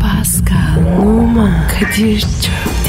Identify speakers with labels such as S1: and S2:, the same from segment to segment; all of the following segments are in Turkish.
S1: Pascal, Oman, Kadir çok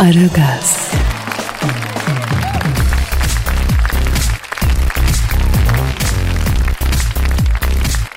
S1: Aragaz,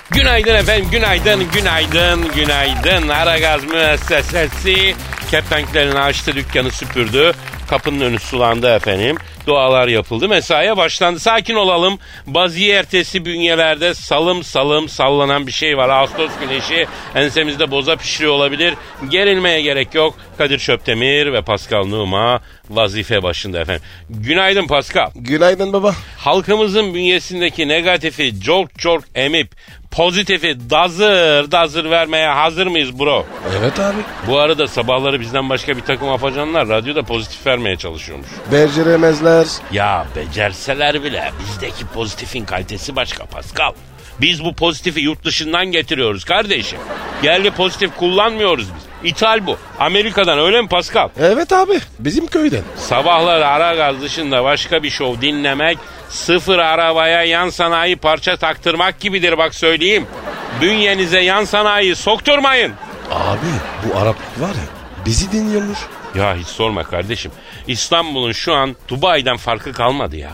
S2: Günaydın efendim, günaydın, günaydın, günaydın. Aragaz müessesesi kepenklerini açtı, dükkanı süpürdü. Kapının önü sulandı efendim. Dualar yapıldı, mesaiye başlandı. Sakin olalım. Baziye ertesi bünyelerde salım salım sallanan bir şey var. Ağustos güneşi ensemizde boza pişiriyor olabilir. Gerilmeye gerek yok. Kadir Şöptemir ve Pascal Numa vazife başında efendim. Günaydın Pascal.
S3: Günaydın baba.
S2: Halkımızın bünyesindeki negatifi çok çok emip pozitifi dazır dazır vermeye hazır mıyız bro?
S3: Evet abi.
S2: Bu arada sabahları bizden başka bir takım afacanlar radyoda pozitif vermeye çalışıyormuş.
S3: Beceremezler.
S2: Ya becerseler bile bizdeki pozitifin kalitesi başka Pascal. Biz bu pozitifi yurt dışından getiriyoruz kardeşim. Yerli pozitif kullanmıyoruz biz. İthal bu. Amerika'dan öyle mi Pascal?
S3: Evet abi. Bizim köyden.
S2: Sabahları ara gaz dışında başka bir şov dinlemek sıfır arabaya yan sanayi parça taktırmak gibidir bak söyleyeyim. Bünyenize yan sanayi sokturmayın.
S3: Abi bu Arap var ya bizi dinliyormuş.
S2: Ya hiç sorma kardeşim. İstanbul'un şu an Dubai'den farkı kalmadı ya.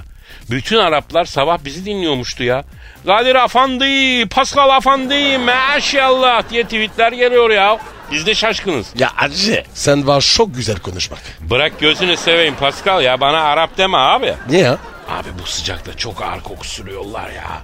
S2: Bütün Araplar sabah bizi dinliyormuştu ya. Kadir Afandi, Pascal Afandi, maşallah diye tweetler geliyor ya. Biz de şaşkınız.
S3: Ya acı. Sen var çok güzel konuşmak.
S2: Bırak gözünü seveyim Pascal ya bana Arap deme abi.
S3: Niye ya?
S2: Abi bu sıcakta çok ağır koku sürüyorlar ya.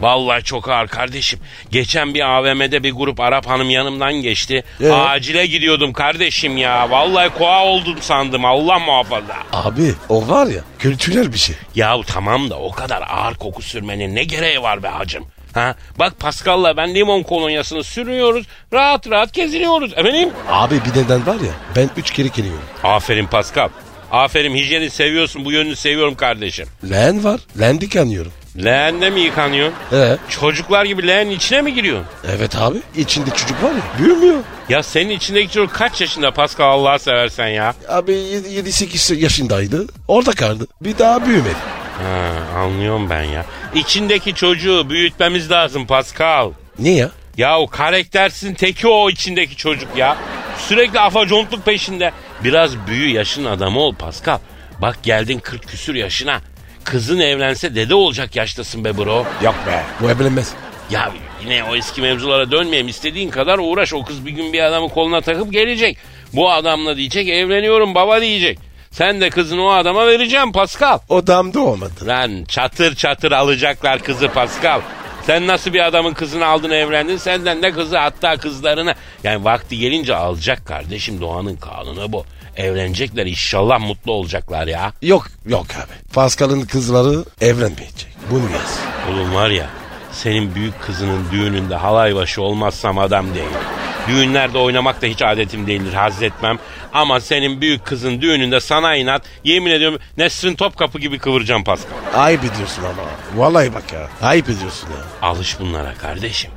S2: Vallahi çok ağır kardeşim. Geçen bir AVM'de bir grup Arap hanım yanımdan geçti.
S3: Ee?
S2: Acile gidiyordum kardeşim ya. Vallahi koa oldum sandım Allah muhafaza.
S3: Abi o var ya kültürel bir şey.
S2: Yahu tamam da o kadar ağır koku sürmenin ne gereği var be hacım? Ha? Bak Pascal'la ben limon kolonyasını sürüyoruz. Rahat rahat geziniyoruz efendim.
S3: Abi bir neden var ya ben üç kere geliyorum.
S2: Aferin Pascal. Aferin hijyeni seviyorsun bu yönünü seviyorum kardeşim.
S3: Len var. Lendi kanıyorum.
S2: Leğende mi yıkanıyorsun?
S3: Ee,
S2: Çocuklar gibi leğenin içine mi giriyorsun?
S3: evet abi. İçinde çocuk var ya. Büyümüyor.
S2: Ya senin içindeki çocuk kaç yaşında Pascal Allah seversen ya?
S3: Abi 7-8 yaşındaydı. Orada kaldı. Bir daha büyümedi.
S2: Ha, anlıyorum ben ya. İçindeki çocuğu büyütmemiz lazım Pascal.
S3: Niye ya?
S2: Ya o karaktersin teki o içindeki çocuk ya. Sürekli afacontluk peşinde. Biraz büyü yaşın adamı ol Pascal. Bak geldin 40 küsür yaşına. Kızın evlense dede olacak yaştasın be bro. Yok be.
S3: Bu evlenmez.
S2: Ya yine o eski mevzulara dönmeyeyim. İstediğin kadar uğraş. O kız bir gün bir adamı koluna takıp gelecek. Bu adamla diyecek evleniyorum baba diyecek. Sen de kızını o adama vereceğim Pascal.
S3: O damda olmadı.
S2: Lan çatır çatır alacaklar kızı Pascal. Sen nasıl bir adamın kızını aldın evlendin senden de kızı hatta kızlarını. Yani vakti gelince alacak kardeşim doğanın kanunu bu. Evlenecekler inşallah mutlu olacaklar ya.
S3: Yok yok abi. Pascal'ın kızları evlenmeyecek. Bunu yaz.
S2: Oğlum var ya senin büyük kızının düğününde halay başı olmazsam adam değil. Düğünlerde oynamak da hiç adetim değildir hazretmem. Ama senin büyük kızın düğününde sana inat yemin ediyorum Nesrin Topkapı gibi kıvıracağım Pascal.
S3: Ayıp ediyorsun ama. Vallahi bak ya. Ayıp ediyorsun ya.
S2: Alış bunlara kardeşim.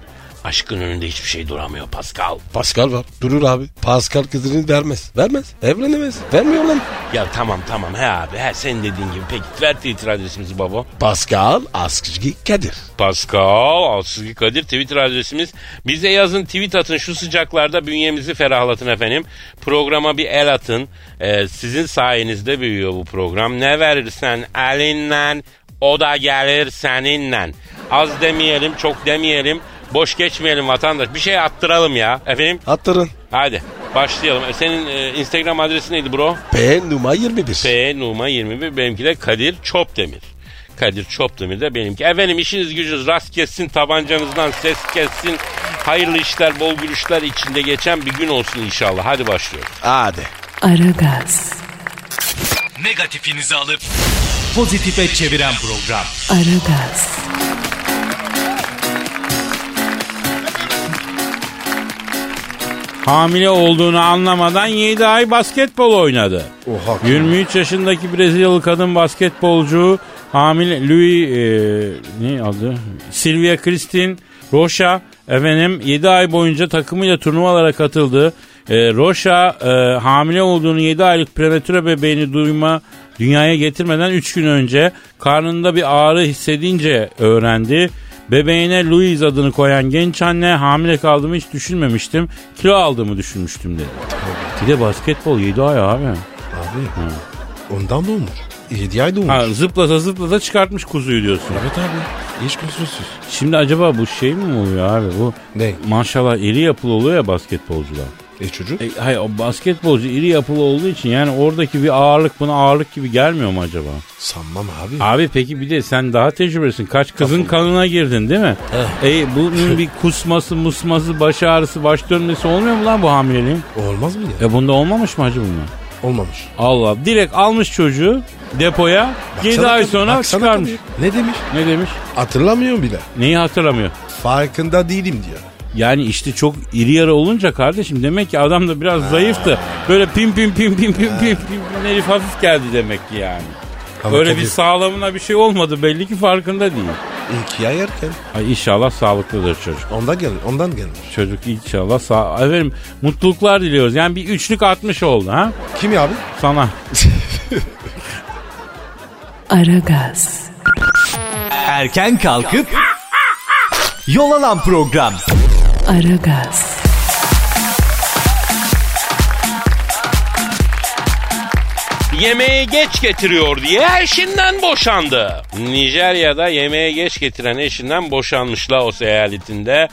S2: Aşkın önünde hiçbir şey duramıyor Pascal.
S3: Pascal var. Durur abi. Pascal kızını vermez. Vermez. Evlenemez. Vermiyor lan.
S2: Ya tamam tamam he abi he senin dediğin gibi. Peki ver Twitter adresimizi baba.
S3: Pascal Askışki Kadir.
S2: Pascal Askizgi Kadir Twitter adresimiz. Bize yazın tweet atın şu sıcaklarda bünyemizi ferahlatın efendim. Programa bir el atın. Ee, sizin sayenizde büyüyor bu program. Ne verirsen elinden o da gelir seninle. Az demeyelim çok demeyelim. Boş geçmeyelim vatandaş. Bir şey attıralım ya efendim.
S3: Attırın.
S2: Hadi başlayalım. E, Senin e, Instagram adresi neydi bro?
S3: P numara 21.
S2: P Numa 21 benimki de Kadir Çopdemir. Kadir Çopdemir de benimki. Efendim işiniz gücünüz rast kessin, tabancanızdan ses kessin. Hayırlı işler, bol gülüşler içinde geçen bir gün olsun inşallah. Hadi başlıyoruz.
S3: Hadi.
S1: Aragaz,
S4: Negatifinizi alıp pozitife çeviren program.
S1: Aragaz,
S5: hamile olduğunu anlamadan 7 ay basketbol oynadı. 23 yaşındaki Brezilyalı kadın basketbolcu hamile Louis e, ne adı? Silvia Christine Rocha efendim 7 ay boyunca takımıyla turnuvalara katıldı. E, Rocha e, hamile olduğunu 7 aylık prematüre bebeğini duyma dünyaya getirmeden 3 gün önce karnında bir ağrı hissedince öğrendi. Bebeğine Louise adını koyan genç anne hamile kaldığımı hiç düşünmemiştim. Kilo aldığımı düşünmüştüm dedi. Bir de basketbol 7 ay abi.
S6: Abi. Ondan da olur. 7 ay da olur.
S5: Ha, zıplasa zıplasa çıkartmış kuzuyu diyorsun.
S6: Evet abi. Hiç kusursuz.
S5: Şimdi acaba bu şey mi oluyor abi bu?
S6: Ne?
S5: Maşallah iri yapılı oluyor ya basketbolcular.
S6: E çocuk?
S5: E, hayır o basketbolcu iri yapılı olduğu için yani oradaki bir ağırlık buna ağırlık gibi gelmiyor mu acaba?
S6: Sanmam abi.
S5: Abi peki bir de sen daha tecrübelisin. Kaç kızın kanına girdin değil mi? E, bunun bir kusması, musması, baş ağrısı, baş dönmesi olmuyor mu lan bu hamileliğin?
S6: Olmaz mı ya?
S5: E bunda olmamış mı hacı bunlar?
S6: Olmamış.
S5: Allah direkt almış çocuğu depoya 7
S6: Baksana
S5: ay
S6: kadın,
S5: sonra
S6: baksana
S5: çıkarmış.
S6: kadın. Ne demiş?
S5: Ne demiş?
S6: Hatırlamıyorum bile.
S5: Neyi hatırlamıyor?
S6: Farkında değilim diyor.
S5: Yani işte çok iri yarı olunca kardeşim demek ki adam da biraz zayıftı. Böyle pim pim pim pim pim pim pim pim herif hafif geldi demek ki yani.
S6: Ama
S5: Böyle
S6: Kadir,
S5: bir sağlamına bir şey olmadı belli ki farkında değil.
S6: ilk yay erken.
S5: Ay inşallah sağlıklıdır çocuk.
S6: Ondan gel, ondan gelmiş.
S5: Çocuk inşallah sağ... Efendim mutluluklar diliyoruz. Yani bir üçlük atmış oldu ha
S6: Kim ya abi?
S5: sana.
S1: Aragaz,
S4: Erken kalkıp yol alan program.
S1: Aragaz,
S2: Yemeği geç getiriyor diye eşinden boşandı. Nijerya'da yemeği geç getiren eşinden boşanmış Laos eyaletinde.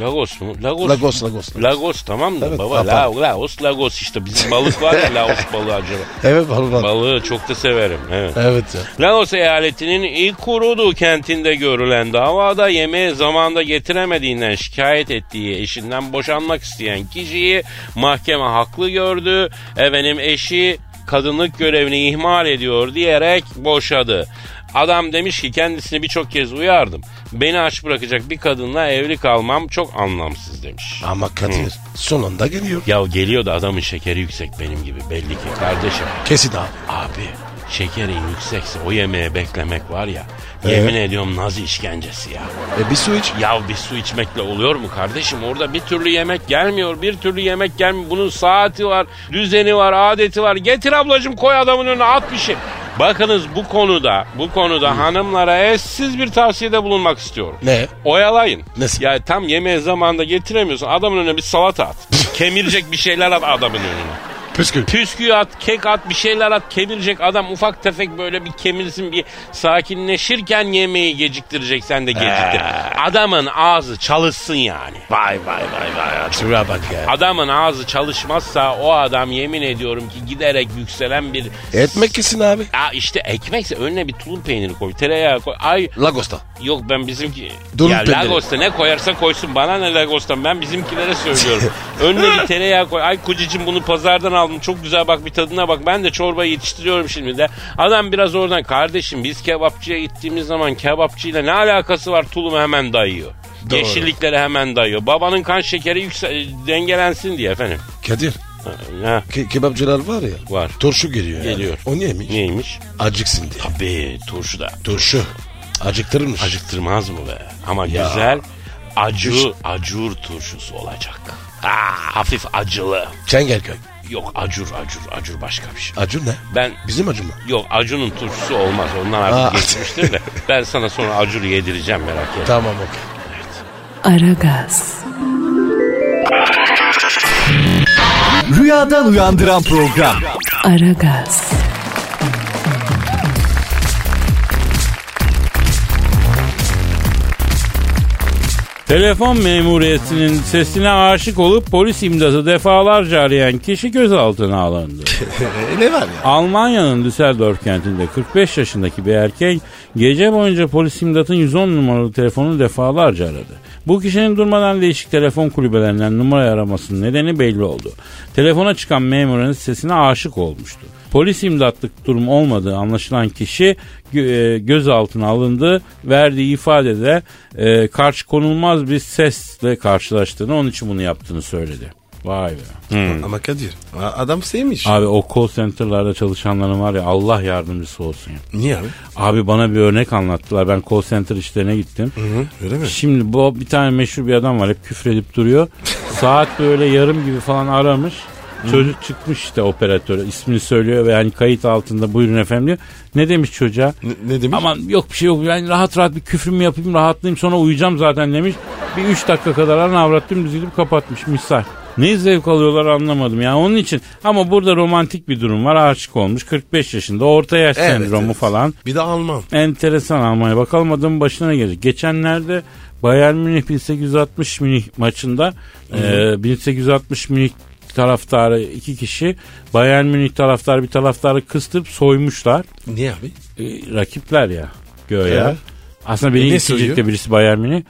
S2: Lagos mu? Lagos.
S3: Lagos, Lagos, Lagos.
S2: Lagos tamam da
S3: Evet,
S2: baba.
S3: tamam.
S2: La, Laos, Lagos işte. Bizim balık var ya Laos balığı acaba.
S3: Evet vallahi.
S2: Balığı çok da severim. Evet.
S3: Evet ya.
S2: Laos eyaletinin Ikurudu kentinde görülen davada yemeği zamanda getiremediğinden şikayet ettiği eşinden boşanmak isteyen kişiyi mahkeme haklı gördü. Efendim eşi kadınlık görevini ihmal ediyor diyerek boşadı. Adam demiş ki kendisini birçok kez uyardım. Beni aç bırakacak bir kadınla evli kalmam çok anlamsız demiş.
S3: Ama Kadir son anda geliyor.
S2: Ya geliyor da adamın şekeri yüksek benim gibi belli ki kardeşim.
S3: Kesin abi.
S2: Abi şekerin yüksekse o yemeğe beklemek var ya. Yemin ediyorum nazi işkencesi ya.
S3: E bir su iç.
S2: Ya bir su içmekle oluyor mu kardeşim? Orada bir türlü yemek gelmiyor. Bir türlü yemek gelmiyor. Bunun saati var, düzeni var, adeti var. Getir ablacığım koy adamın önüne at bir şey. Bakınız bu konuda, bu konuda hanımlara eşsiz bir tavsiyede bulunmak istiyorum.
S3: Ne?
S2: Oyalayın.
S3: Nasıl?
S2: Ya tam yemeğe zamanında getiremiyorsun. Adamın önüne bir salata at. Kemirecek bir şeyler at adamın önüne.
S3: Püskül.
S2: Püsküyü at, kek at, bir şeyler at, kemirecek adam ufak tefek böyle bir kemirsin, bir sakinleşirken yemeği geciktirecek sen de geciktir. Adamın ağzı çalışsın yani.
S3: Vay vay vay vay. Şuraya bak ya.
S2: Adamın ağzı çalışmazsa o adam yemin ediyorum ki giderek yükselen bir...
S3: Etmek kesin abi.
S2: Ya işte ekmekse önüne bir tulum peyniri koy, tereyağı koy. Ay
S3: Lagos'ta.
S2: Yok ben bizimki...
S3: Durum
S2: ya
S3: peyniri.
S2: Lagos'ta ne koyarsa koysun bana ne Lagos'tan ben bizimkilere söylüyorum. Önüne bir tereyağı koy. Ay kocacığım bunu pazardan aldım çok güzel bak bir tadına bak. Ben de çorba yetiştiriyorum şimdi de. Adam biraz oradan kardeşim biz kebapçıya gittiğimiz zaman kebapçıyla ne alakası var tulumu hemen dayıyor. Yeşillikleri hemen dayıyor. Babanın kan şekeri yüksel dengelensin diye efendim.
S3: Kadir.
S2: Ha, Ha,
S3: Ke- kebapçılar var ya.
S2: var.
S3: Turşu geliyor yani.
S2: Geliyor.
S3: O niye mi?
S2: Neymiş?
S3: Acıksın diye.
S2: Tabii turşu da.
S3: Turşu. Acıktırmış.
S2: Acıktırmaz mı be? Ama güzel acı acur turşusu olacak. Aa, hafif acılı.
S3: Çengelköy.
S2: Yok acur acur acur başka bir şey.
S3: Acı ne?
S2: Ben
S3: Bizim acı mı?
S2: yok acunun turşusu olmaz. Onlar artık
S3: Aa.
S2: geçmiştir de. Ben sana sonra acur yedireceğim merak etme.
S3: Tamam okey.
S1: Aragaz,
S4: Rüyadan uyandıran program.
S1: Aragaz,
S5: Telefon memuriyetinin sesine aşık olup polis imdası defalarca arayan kişi gözaltına alındı.
S6: E, ne var ya?
S5: Almanya'nın Düsseldorf kentinde 45 yaşındaki bir erkek gece boyunca polis imdatın 110 numaralı telefonunu defalarca aradı. Bu kişinin durmadan değişik telefon kulübelerinden numara aramasının nedeni belli oldu. Telefona çıkan memurun sesine aşık olmuştu. Polis imdatlık durum olmadığı anlaşılan kişi gö- e, gözaltına alındı. Verdiği ifadede e, karşı konulmaz bir sesle karşılaştığını onun için bunu yaptığını söyledi. Vay be.
S6: Ama Kadir a- adam sevmiş.
S5: Abi o call center'larda çalışanların var ya Allah yardımcısı olsun ya.
S6: Niye abi?
S5: Abi bana bir örnek anlattılar. Ben call center işlerine gittim.
S6: Hı hı, öyle mi?
S5: Şimdi bu bir tane meşhur bir adam var hep küfredip duruyor. Saat böyle yarım gibi falan aramış. Çocuk çıkmış işte operatörü ismini söylüyor ve hani kayıt altında buyurun efendim diyor. Ne demiş çocuğa?
S6: Ne, ne demiş?
S5: Aman yok bir şey yok ben rahat rahat bir küfrümü yapayım rahatlayayım sonra uyuyacağım zaten demiş. Bir 3 dakika kadar ana avrat dümdüz gidip kapatmış misal. Ne zevk alıyorlar anlamadım ya onun için. Ama burada romantik bir durum var aşık olmuş 45 yaşında orta yaş
S6: Evet,
S5: sendromu
S6: evet.
S5: falan.
S6: Bir de Alman.
S5: Enteresan Almanya. Bakalım adamın başına ne gelecek. Geçenlerde Bayern Münih 1860 Münih maçında e, 1860 Münih taraftarı iki kişi Bayern Münih taraftarı bir taraftarı kıstırıp soymuşlar.
S6: Niye abi?
S5: E, rakipler ya göğe.
S6: Evet.
S5: Aslında beni
S6: E, ne
S5: isteyecek de
S6: soyuyor?
S5: birisi Bayern Münih.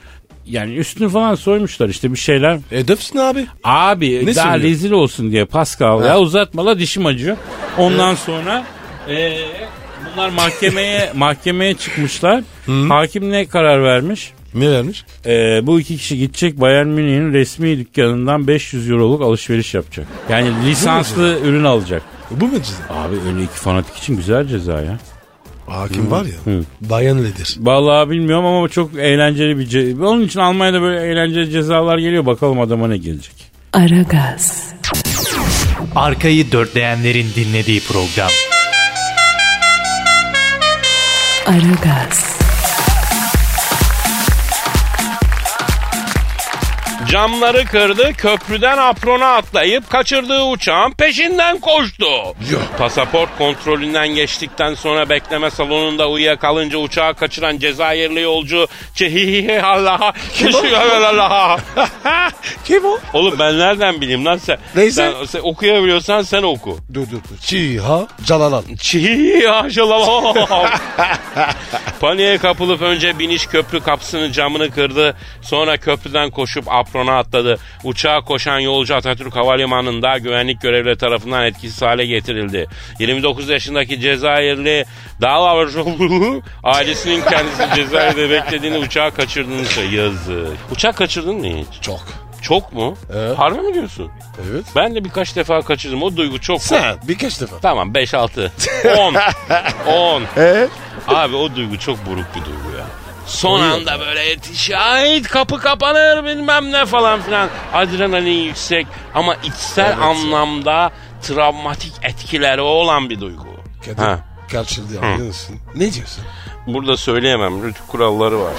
S5: Yani üstünü falan soymuşlar işte bir şeyler.
S6: E döpsün abi.
S5: Abi
S6: Ne
S5: daha
S6: soruyor?
S5: rezil olsun diye Pascal ya uzatma la dişim acıyor. Ondan sonra eee, bunlar mahkemeye mahkemeye çıkmışlar. Hakim ne karar vermiş?
S6: Ne vermiş?
S5: Eee, bu iki kişi gidecek Bayern Münih'in resmi dükkanından 500 euroluk alışveriş yapacak. Yani lisanslı ürün alacak.
S6: Bu mu cizim?
S5: Abi öyle iki fanatik için güzel ceza ya.
S6: Hakim var ya. Bayan Ledir.
S5: Vallahi bilmiyorum ama çok eğlenceli bir ce- Onun için Almanya'da böyle eğlenceli cezalar geliyor. Bakalım adama ne gelecek.
S1: Aragaz,
S4: Arkayı dörtleyenlerin dinlediği program.
S1: Aragaz,
S2: Camları kırdı, köprüden aprona atlayıp kaçırdığı uçağın peşinden koştu. Pasaport kontrolünden geçtikten sonra bekleme salonunda uyuyakalınca uçağı kaçıran Cezayirli yolcu çehihihi Allah'a şaşırıyor Allah'a.
S6: Kim o?
S2: Oğlum ben nereden bileyim lan sen?
S6: Neyse.
S2: Sen, sen okuyabiliyorsan sen oku.
S6: Dur dur dur. Çiha Calalan.
S2: Çiğ aşılamam. Paniğe kapılıp önce biniş köprü kapısının camını kırdı. Sonra köprüden koşup aprona atladı. Uçağa koşan yolcu Atatürk Havalimanı'nda güvenlik görevlileri tarafından etkisiz hale getirildi. 29 yaşındaki Cezayirli Dava ailesinin kendisi Cezayir'de beklediğini uçağa kaçırdığını söylüyor. Yazık. Uçak kaçırdın mı hiç?
S6: Çok.
S2: Çok mu?
S6: Evet.
S2: Harbi mi diyorsun?
S6: Evet.
S2: Ben de birkaç defa kaçırdım. O duygu çok
S6: Sen birkaç defa.
S2: Tamam 5 6 10 10. Abi o duygu çok buruk bir duygu ya. Son anda böyle yetiş ait kapı kapanır bilmem ne falan filan. Adrenalin yüksek ama içsel anlamda travmatik etkileri olan bir duygu.
S6: Kadir
S2: Ha.
S6: karşıldı ya, biliyor musun? Ne diyorsun?
S2: Burada söyleyemem. Rütük kuralları var.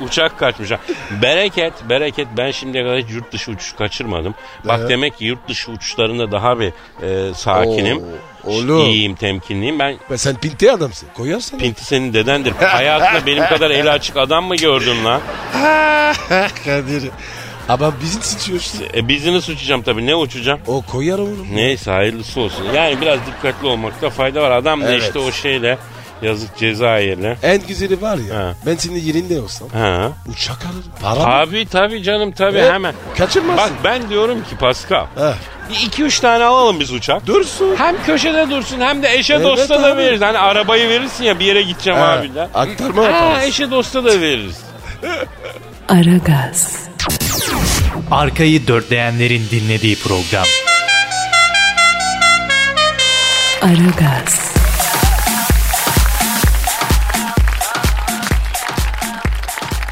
S2: Uçak kaçmış. ha. Bereket, bereket. Ben şimdiye kadar hiç yurt dışı uçuş kaçırmadım. Bak demek ki yurt dışı uçuşlarında daha bir e, sakinim.
S6: Oo, oğlum.
S2: İyiyim, temkinliyim. Ben
S6: Ben sen pinti adamsın. Koyarsan.
S2: Pinti senin dedendir. Hayatında benim kadar eli açık adam mı gördün lan?
S6: Kadir. Ama bizim sıçıyorsun.
S2: E, business uçacağım tabii. Ne uçacağım?
S6: O koyar onu.
S2: Neyse hayırlısı olsun. Yani biraz dikkatli olmakta fayda var. Adam da
S6: Evet.
S2: işte o şeyle yazık Cezayir'le.
S6: En güzeli var ya.
S2: Ha.
S6: Ben senin yerinde olsam.
S2: Ha.
S6: Uçak alırım. Para mı?
S2: Tabii tabii canım tabii
S6: Evet.
S2: hemen. Bak
S6: Kaçırmazsın.
S2: ben diyorum ki Pascal.
S6: Ha.
S2: Bir iki üç tane alalım biz uçak.
S6: Dursun.
S2: Hem köşede dursun hem de eşe
S6: Evet
S2: dosta da
S6: abi.
S2: veririz. Hani arabayı verirsin ya bir yere gideceğim
S6: Ha,
S2: abi de.
S6: Aktarma
S2: Ha,
S6: yaparız.
S2: eşe dosta da veririz.
S1: Aragaz,
S4: Arkayı dörtleyenlerin dinlediği program.
S1: Aragaz,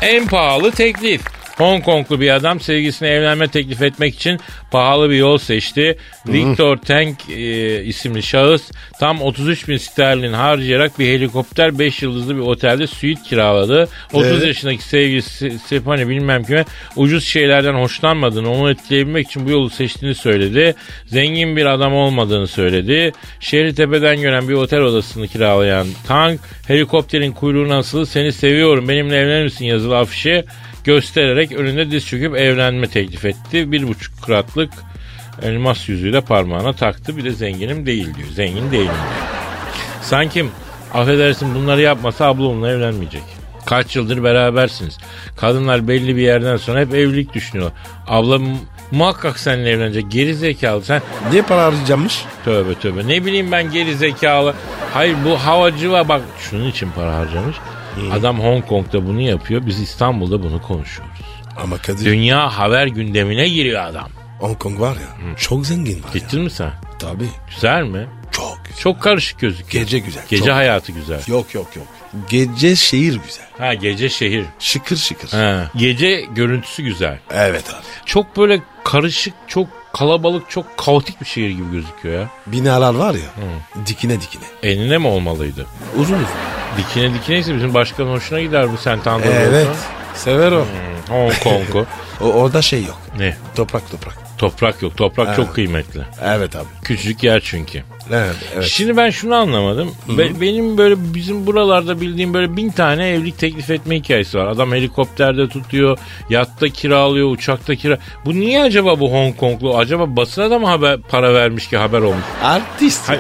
S5: En pahalı teklif. Hong Konglu bir adam sevgisine evlenme teklif etmek için pahalı bir yol seçti. Victor Tank e, isimli şahıs tam 33 bin sterlin harcayarak bir helikopter 5 yıldızlı bir otelde suite kiraladı. 30 yaşındaki sevgilisi Stefani bilmem kime ucuz şeylerden hoşlanmadığını, onu etkileyebilmek için bu yolu seçtiğini söyledi. Zengin bir adam olmadığını söyledi. Şehri tepeden gören bir otel odasını kiralayan Tank, helikopterin kuyruğuna asılı seni seviyorum benimle evlenir misin yazılı afişi göstererek önünde diz çöküp evlenme teklif etti. Bir buçuk kuratlık elmas yüzüğü de parmağına taktı. Bir de zenginim değil diyor. Zengin değilim diyor. Sanki affedersin bunları yapmasa abla onunla evlenmeyecek. Kaç yıldır berabersiniz. Kadınlar belli bir yerden sonra hep evlilik düşünüyor. Abla mu- muhakkak seninle evlenecek. Geri zekalı sen
S6: Niye para harcayacakmış?
S5: Tövbe tövbe. Ne bileyim ben geri zekalı. Hayır bu havacıva bak şunun için para harcamış. Adam Hong Kong'da bunu yapıyor. Biz İstanbul'da bunu konuşuyoruz.
S6: Ama Kadir
S5: Dünya haber gündemine giriyor adam.
S6: Hong Kong var ya çok zengin var ya.
S2: Gittin mi sen?
S6: Tabii
S2: Güzel mi?
S6: çok.
S2: Çok karışık gözüküyor.
S6: Gece güzel.
S2: Gece
S6: çok.
S2: hayatı güzel.
S6: Yok yok yok. Gece şehir güzel.
S2: Ha gece şehir.
S6: Şıkır şıkır.
S2: Ha. Gece görüntüsü güzel.
S6: Evet abi.
S2: Çok böyle karışık, çok kalabalık, çok kaotik bir şehir gibi gözüküyor ya.
S6: Binalar var ya dikine dikine.
S2: Enine mi olmalıydı?
S6: Uzun uzun.
S2: Dikine dikineyse bizim başkanın hoşuna gider bu Santander'da
S6: Evet. Sever o.
S2: olsa. Hong Kong'u.
S6: o. Orada şey yok.
S2: ne?
S6: Toprak toprak.
S2: Toprak yok. Toprak çok kıymetli.
S6: Evet abi.
S2: Küçücük yer çünkü.
S6: Evet. evet.
S2: Şimdi ben şunu anlamadım. Be- benim böyle bizim buralarda bildiğim böyle bin tane evlilik teklif etme hikayesi var. Adam helikopterde tutuyor, yatta kiralıyor, uçakta kira. Bu niye acaba bu Hong Konglu? Acaba basına da mı haber para vermiş ki haber olmuş?
S6: Artist ya.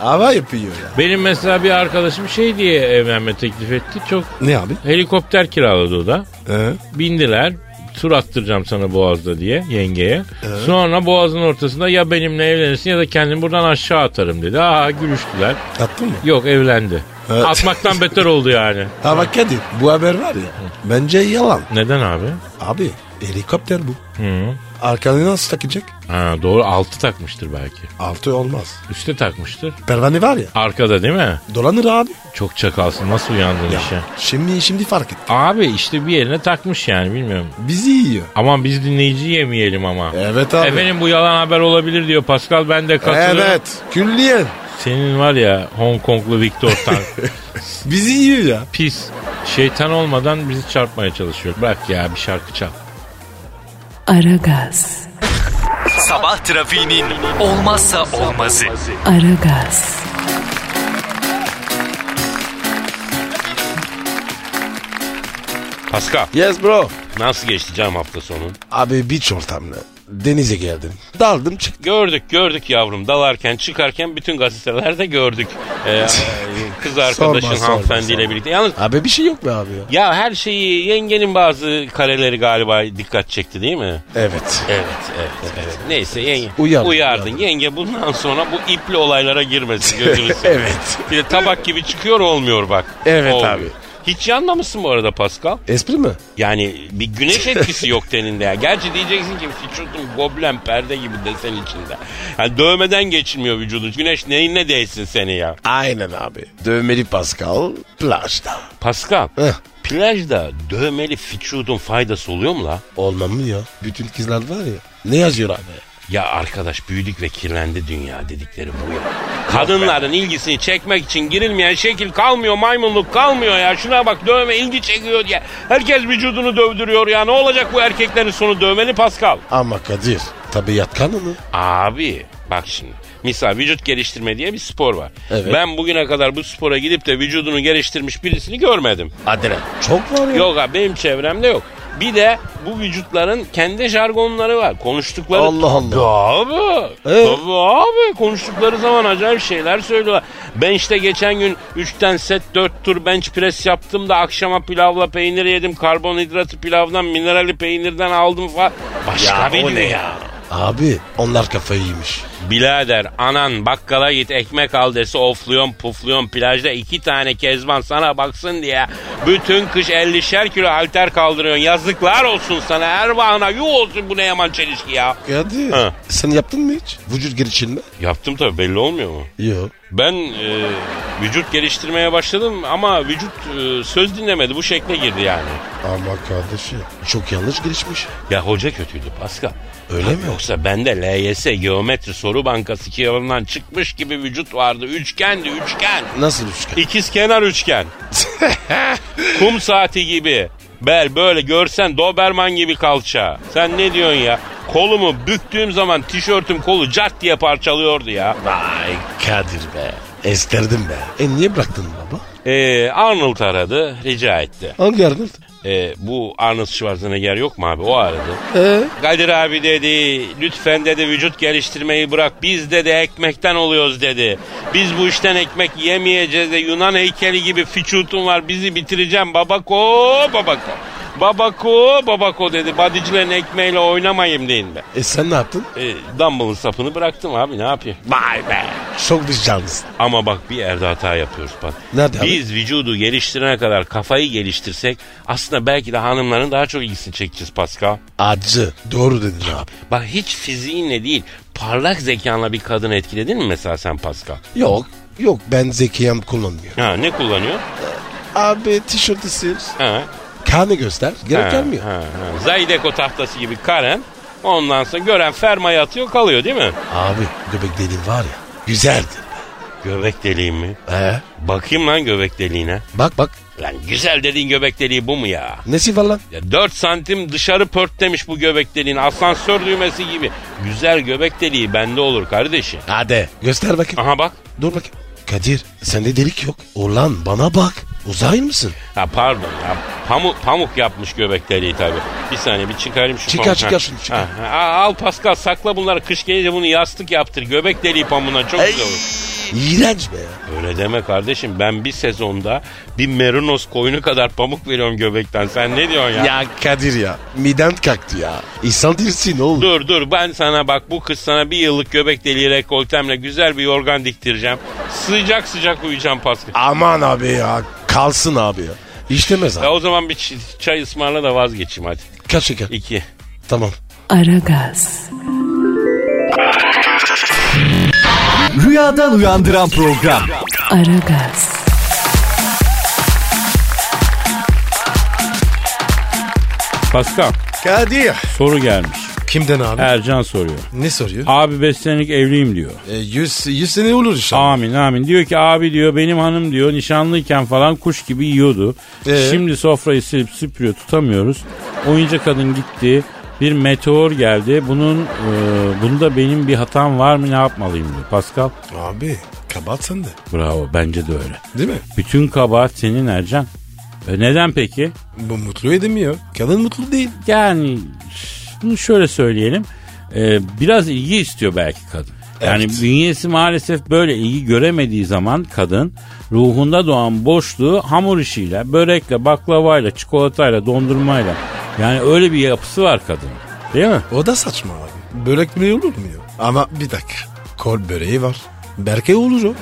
S6: Hava yapıyor ya.
S2: Benim mesela bir arkadaşım şey diye evlenme teklif etti. Çok
S6: Ne abi?
S2: helikopter kiraladı o da.
S6: Ee?
S2: Bindiler. Tur attıracağım sana Boğaz'da diye yengeye. Sonra Boğaz'ın ortasında ya benimle evlenirsin ya da kendimi buradan aşağı atarım dedi. Aa gülüştüler.
S6: Attın mı?
S2: Yok evlendi.
S6: Evet.
S2: Atmaktan beter oldu yani.
S6: Ha bak Kadir bu haber var ya. Bence yalan.
S2: Neden abi?
S6: Abi helikopter bu.
S2: Hı.
S6: Arkanı nasıl takacak?
S2: Ha, doğru altı takmıştır belki.
S6: Altı olmaz.
S2: Üste takmıştır.
S6: Pervane var ya
S2: Arkada değil mi?
S6: dolanır abi.
S2: Çok çakalsın nasıl uyandın işe.
S6: Şimdi şimdi fark et.
S2: Abi işte bir yerine takmış yani bilmiyorum.
S6: Bizi yiyor.
S2: Aman biz dinleyici yemeyelim ama.
S6: Evet abi.
S2: Efendim bu yalan haber olabilir diyor Pascal ben de katılıyorum.
S6: Evet. Külliyen.
S2: Senin var ya Hong Konglu Victor Tan
S6: Bizi yiyor ya.
S2: pis şeytan olmadan bizi çarpmaya çalışıyor. Bırak ya bir şarkı çal.
S1: Aragaz,
S4: Sabah trafiğinin olmazsa olmazı.
S1: Aragaz,
S2: Pascal
S3: Yes bro.
S2: nasıl geçti cam hafta sonu?
S6: Abi beach ortamda. Denize geldim.
S3: Daldım çıktım.
S2: Gördük gördük yavrum dalarken çıkarken bütün gazetelerde gördük. Ee, kız arkadaşın
S6: Sorma, sorma,
S2: hanımefendiyle birlikte. Yalnız
S3: Abi bir şey yok be abi ya.
S2: ya her şeyi yengenin bazı kareleri galiba dikkat çekti değil mi?
S6: Evet.
S2: Evet evet. Neyse yenge
S3: Uyardım,
S2: uyardın.
S3: uyardım.
S2: Yenge bundan sonra bu ipli olaylara girmesin gözünü seveyim.
S6: Evet.
S2: Bir de tabak gibi çıkıyor olmuyor bak.
S6: Evet
S2: Olmuyor.
S6: abi.
S2: Hiç yanmamışsın bu arada Pascal.
S3: Espri mi?
S2: Yani bir güneş etkisi yok teninde ya. Gerçi diyeceksin ki fiçurtum goblen perde gibi desen içinde. Yani dövmeden geçilmiyor vücudun. Güneş neyine değsin seni ya.
S3: Aynen abi. Dövmeli Pascal plajda.
S2: Pascal.
S3: Heh.
S2: Plajda dövmeli fiçurdun faydası oluyor mu la?
S3: Olmam mı ya? Bütün kızlar var ya. Ne yazıyor abi?
S2: Ya arkadaş büyüdük ve kirlendi dünya dedikleri bu ya. Kadınların ilgisini çekmek için girilmeyen şekil kalmıyor maymunluk kalmıyor ya. Şuna bak dövme ilgi çekiyor diye. Herkes vücudunu dövdürüyor ya. Ne olacak bu erkeklerin sonu dövmeli Pascal?
S3: Ama Kadir. Tabiat kanunu.
S2: Abi bak şimdi. Misal vücut geliştirme diye bir spor var.
S3: Evet.
S2: Ben bugüne kadar bu spora gidip de vücudunu geliştirmiş birisini görmedim.
S3: Adre. Çok var ya.
S2: Yok abi benim çevremde yok. Bir de bu vücutların kendi jargonları var. Konuştukları...
S3: Allah Allah.
S2: Tabii abi.
S3: Ee?
S2: Tabii abi. Konuştukları zaman acayip şeyler söylüyorlar. Ben işte geçen gün 3'ten set 4 tur bench press yaptım da akşama pilavla peynir yedim. Karbonhidratı pilavdan, minerali peynirden aldım falan. Başka bir dünya.
S3: Abi onlar kafayı yemiş.
S2: Bilader anan bakkala git ekmek al dese ofluyon pufluyon plajda iki tane kezban sana baksın diye bütün kış 50'şer kilo halter kaldırıyorsun. Yazıklar olsun sana Ervahına yuh olsun bu ne yaman çelişki ya.
S3: Kadir.
S2: Ha.
S3: Sen yaptın mı hiç? Vücut geliştirme.
S2: Yaptım tabii belli olmuyor mu?
S3: Yok.
S2: Ben e, vücut geliştirmeye başladım ama vücut e, söz dinlemedi bu şekle girdi yani.
S3: Ama kardeşim. Çok yanlış gelişmiş.
S2: Ya hoca kötüydü Pascal.
S3: Öyle
S2: Abi
S3: mi?
S2: Yoksa bende LYS Geometri Soru Bankası kitabından çıkmış gibi vücut vardı. Üçgendi üçgen.
S3: Nasıl üçgen?
S2: İkiz kenar üçgen. Kum saati gibi. Bel böyle görsen Doberman gibi kalça. Sen ne diyorsun ya? Kolumu büktüğüm zaman tişörtüm kolu cart diye parçalıyordu ya.
S3: Vay Kadir be. Esterdim be. E niye bıraktın baba?
S2: Ee, Arnold aradı rica etti.
S3: Hangi Arnold?
S2: Ee, bu Arnold Schwarzenegger yok mu abi o aradı.
S3: Ee?
S2: Kadir abi dedi lütfen dedi vücut geliştirmeyi bırak biz dedi ekmekten oluyoruz dedi. Biz bu işten ekmek yemeyeceğiz de Yunan heykeli gibi fiçutun var bizi bitireceğim babako babako. Babako babako dedi. Badicilerin ekmeğiyle oynamayayım deyin be.
S3: E sen ne yaptın?
S2: E, Dumble'ın sapını bıraktım abi ne yapayım? Vay be.
S3: Çok vicdanlısın.
S2: Ama bak bir yerde hata yapıyoruz bak.
S3: Nerede abi?
S2: Biz vücudu geliştirene kadar kafayı geliştirsek aslında belki de hanımların daha çok ilgisini çekeceğiz Pascal.
S3: Acı. Doğru dedin abi.
S2: Bak hiç fiziğinle değil parlak zekanla bir kadın etkiledin mi mesela sen Pascal?
S3: Yok. Yok ben zekiyem kullanmıyor.
S2: Ha ne kullanıyor?
S3: Abi tişörtü sil.
S2: Ha,
S3: Kanı göster. Gerek gelmiyor.
S2: ha, ha. Zaydeko tahtası gibi Karen. Ondan sonra gören fermayı atıyor kalıyor değil mi?
S3: Abi göbek deliğin var ya. Güzeldi.
S2: Göbek deliği mi?
S3: He.
S2: Bakayım lan göbek deliğine.
S3: Bak bak.
S2: Lan güzel dediğin göbek deliği bu mu ya?
S3: Nesi var lan?
S2: ya 4 santim dışarı pörtlemiş bu göbek deliğin. Asansör düğmesi gibi. Güzel göbek deliği bende olur kardeşim.
S3: Hadi. Göster bakayım.
S2: Aha bak.
S3: Dur bakayım. Kadir sende delik yok. Ulan bana bak. Uzay mısın?
S2: Ha pardon ya. Pamuk, pamuk yapmış göbek deliği tabii. Bir saniye bir çıkarayım şu
S3: Çıkar,
S2: pamuğu.
S3: çıkar
S2: Ha,
S3: şunu, çıkar.
S2: ha, ha, al Pascal sakla bunları. Kış gelince bunu yastık yaptır. Göbek deliği pamuğundan çok güzel olur.
S3: İğrenç be ya.
S2: Öyle deme kardeşim. Ben bir sezonda bir merinos koyunu kadar pamuk veriyorum göbekten. Sen ne diyorsun ya?
S3: Ya Kadir ya. Midem kalktı ya. İnsan dirsin oğlum.
S2: Dur dur ben sana bak bu kız sana bir yıllık göbek deliği rekoltemle güzel bir yorgan diktireceğim. Sıcak sıcak uyuyacağım Pascal.
S3: Aman abi ya. Kalsın abi ya. İşlemez abi.
S2: Ya o zaman bir çi- çay ısmarla da vazgeçeyim hadi.
S3: Kaç şeker?
S2: İki.
S3: Tamam.
S1: Aragaz,
S4: Rüyadan uyandıran program.
S1: Aragaz,
S5: Pascal
S6: Kadir.
S5: soru gelmiş.
S6: Kimden abi?
S5: Ercan soruyor.
S6: Ne soruyor?
S5: Abi 5 senelik evliyim diyor.
S6: 100, 100 E, sene olur inşallah.
S5: Amin amin. Diyor ki abi diyor benim hanım diyor nişanlıyken falan kuş gibi yiyordu.
S6: Ee?
S5: Şimdi sofrayı silip süpürüyor tutamıyoruz. Oyuncak kadın gitti. Bir meteor geldi. Bunun e, bunda benim bir hatam var mı ne yapmalıyım diyor. Pascal
S6: Abi kabahat sende.
S5: bravo bence de öyle.
S6: Değil mi?
S5: Bütün kabahat senin Ercan. E neden peki?
S6: Bu mutlu edemiyor. Kadın mutlu değil.
S5: Yani bunu şöyle söyleyelim. Ee, biraz ilgi istiyor belki kadın. Yani
S6: Evet.
S5: bünyesi maalesef böyle ilgi göremediği zaman kadın ruhunda doğan boşluğu hamur işiyle, börekle, baklavayla, çikolatayla, dondurmayla. Yani öyle bir yapısı var kadın. Değil mi?
S6: O da saçma abi. Börek bile olur mu ya? Ama bir dakika. Kol böreği var. Berke olur o.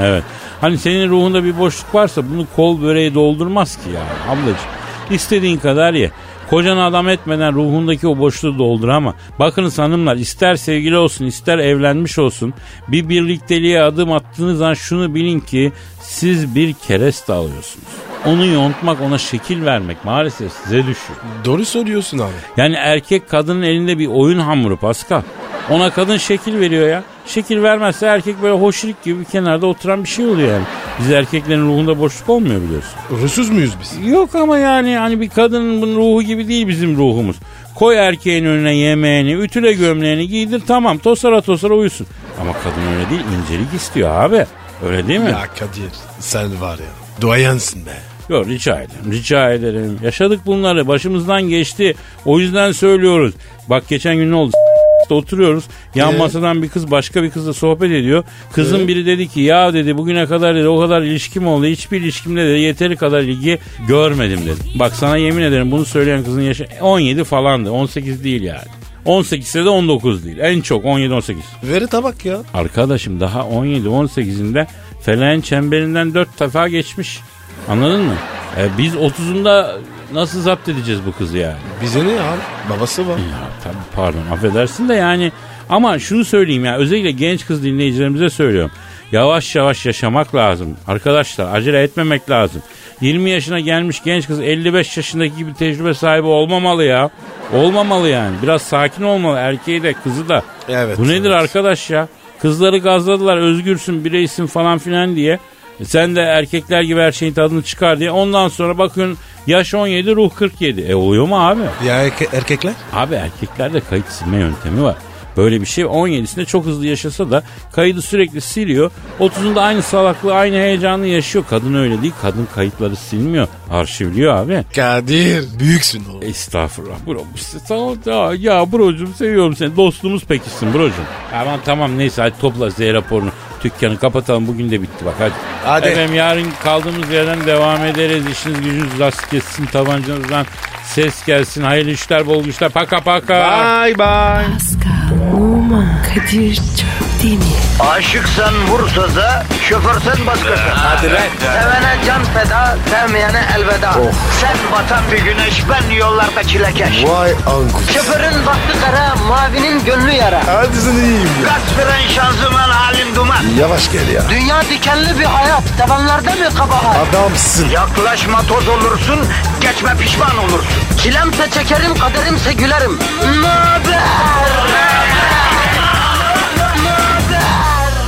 S5: Evet. Hani senin ruhunda bir boşluk varsa bunu kol böreği doldurmaz ki yani ablacığım. İstediğin kadar ye. Kocanı adam etmeden ruhundaki o boşluğu doldur ama bakınız hanımlar ister sevgili olsun ister evlenmiş olsun bir birlikteliğe adım attığınız zaman şunu bilin ki siz bir kereste alıyorsunuz. Onu yontmak ona şekil vermek maalesef size düşüyor.
S6: Doğru söylüyorsun abi.
S5: Yani erkek kadının elinde bir oyun hamuru Pascal. Ona kadın şekil veriyor ya. Şekil vermezse erkek böyle hoşlik gibi bir kenarda oturan bir şey oluyor yani. Biz erkeklerin ruhunda boşluk olmuyor biliyorsun.
S6: Rusuz muyuz biz?
S5: Yok ama yani hani bir kadının bunun ruhu gibi değil bizim ruhumuz. Koy erkeğin önüne yemeğini, ütüle gömleğini giydir tamam tosara tosara uyusun. Ama kadın öyle değil incelik istiyor abi. Öyle değil mi?
S6: Ya Kadir sen var ya. Duayansın be.
S5: Yok rica ederim. Rica ederim. Yaşadık bunları. Başımızdan geçti. O yüzden söylüyoruz. Bak geçen gün ne oldu? S**te oturuyoruz. Yan
S6: Ee?
S5: masadan bir kız başka bir kızla sohbet ediyor. Kızın biri dedi ki ya dedi bugüne kadar dedi o kadar ilişkim oldu. Hiçbir ilişkimde dedi yeteri kadar ilgi görmedim dedi. Bak sana yemin ederim bunu söyleyen kızın yaşı 17 falandı. 18 değil yani. 18 ise de 19 değil. En çok 17-18.
S6: Veri tabak ya.
S5: Arkadaşım daha 17-18'inde feleğin çemberinden 4 defa geçmiş. Anladın mı? E, biz 30'unda nasıl zapt edeceğiz bu kızı yani?
S6: Bize ne abi? Babası var.
S5: Ya tabii pardon affedersin de yani ama şunu söyleyeyim ya özellikle genç kız dinleyicilerimize söylüyorum. Yavaş yavaş yaşamak lazım. Arkadaşlar acele etmemek lazım. 20 yaşına gelmiş genç kız 55 yaşındaki gibi tecrübe sahibi olmamalı ya. Olmamalı yani. Biraz sakin olmalı erkeği de kızı da.
S6: Evet,
S5: Bu nedir
S6: evet.
S5: arkadaş ya? Kızları gazladılar özgürsün bireysin falan filan diye. E Sen de erkekler gibi her şeyin tadını çıkar diye. Ondan sonra bakın yaş 17 ruh 47. E oluyor mu abi?
S6: Ya erke- erkekler?
S5: Abi erkeklerde kayıt silme yöntemi var. Böyle bir şey 17'sinde çok hızlı yaşasa da kaydı sürekli siliyor. 30'unda aynı salaklığı aynı heyecanı yaşıyor. Kadın öyle değil. Kadın kayıtları silmiyor. Arşivliyor abi.
S6: Kadir büyüksün oğlum.
S5: Estağfurullah bro. İşte tamam, tamam. ya brocum seviyorum seni. Dostluğumuz pekişsin brocum. Aman tamam neyse hadi topla Z raporunu. Dükkanı kapatalım bugün de bitti bak hadi.
S6: Hadi.
S5: Efendim yarın kaldığımız yerden devam ederiz. İşiniz gücünüz rast kessin tabancanızdan ses gelsin. Hayırlı işler bol güçler paka paka.
S2: Bye bye.
S1: Pascal, Oman, Kadir çok değil mi?
S7: Aşıksan vursa da, şoförsen başkasın. Hadi
S6: lan.
S7: Sevene can feda, sevmeyene elveda. Sen batan bir güneş, ben yollarda çilekeş.
S6: Vay anku.
S7: Şoförün baktı kara, mavinin gönlü yara.
S6: Hadi sen iyiyim ya.
S7: Kasperen şanzıman halin duman.
S6: Yavaş gel ya.
S7: Dünya dikenli bir hayat, sevenlerde mi kabahar?
S6: Adamsın.
S7: Yaklaşma toz olursun, geçme pişman olursun. Çilemse çekerim, kaderimse gülerim. Möber!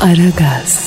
S1: Aragaz.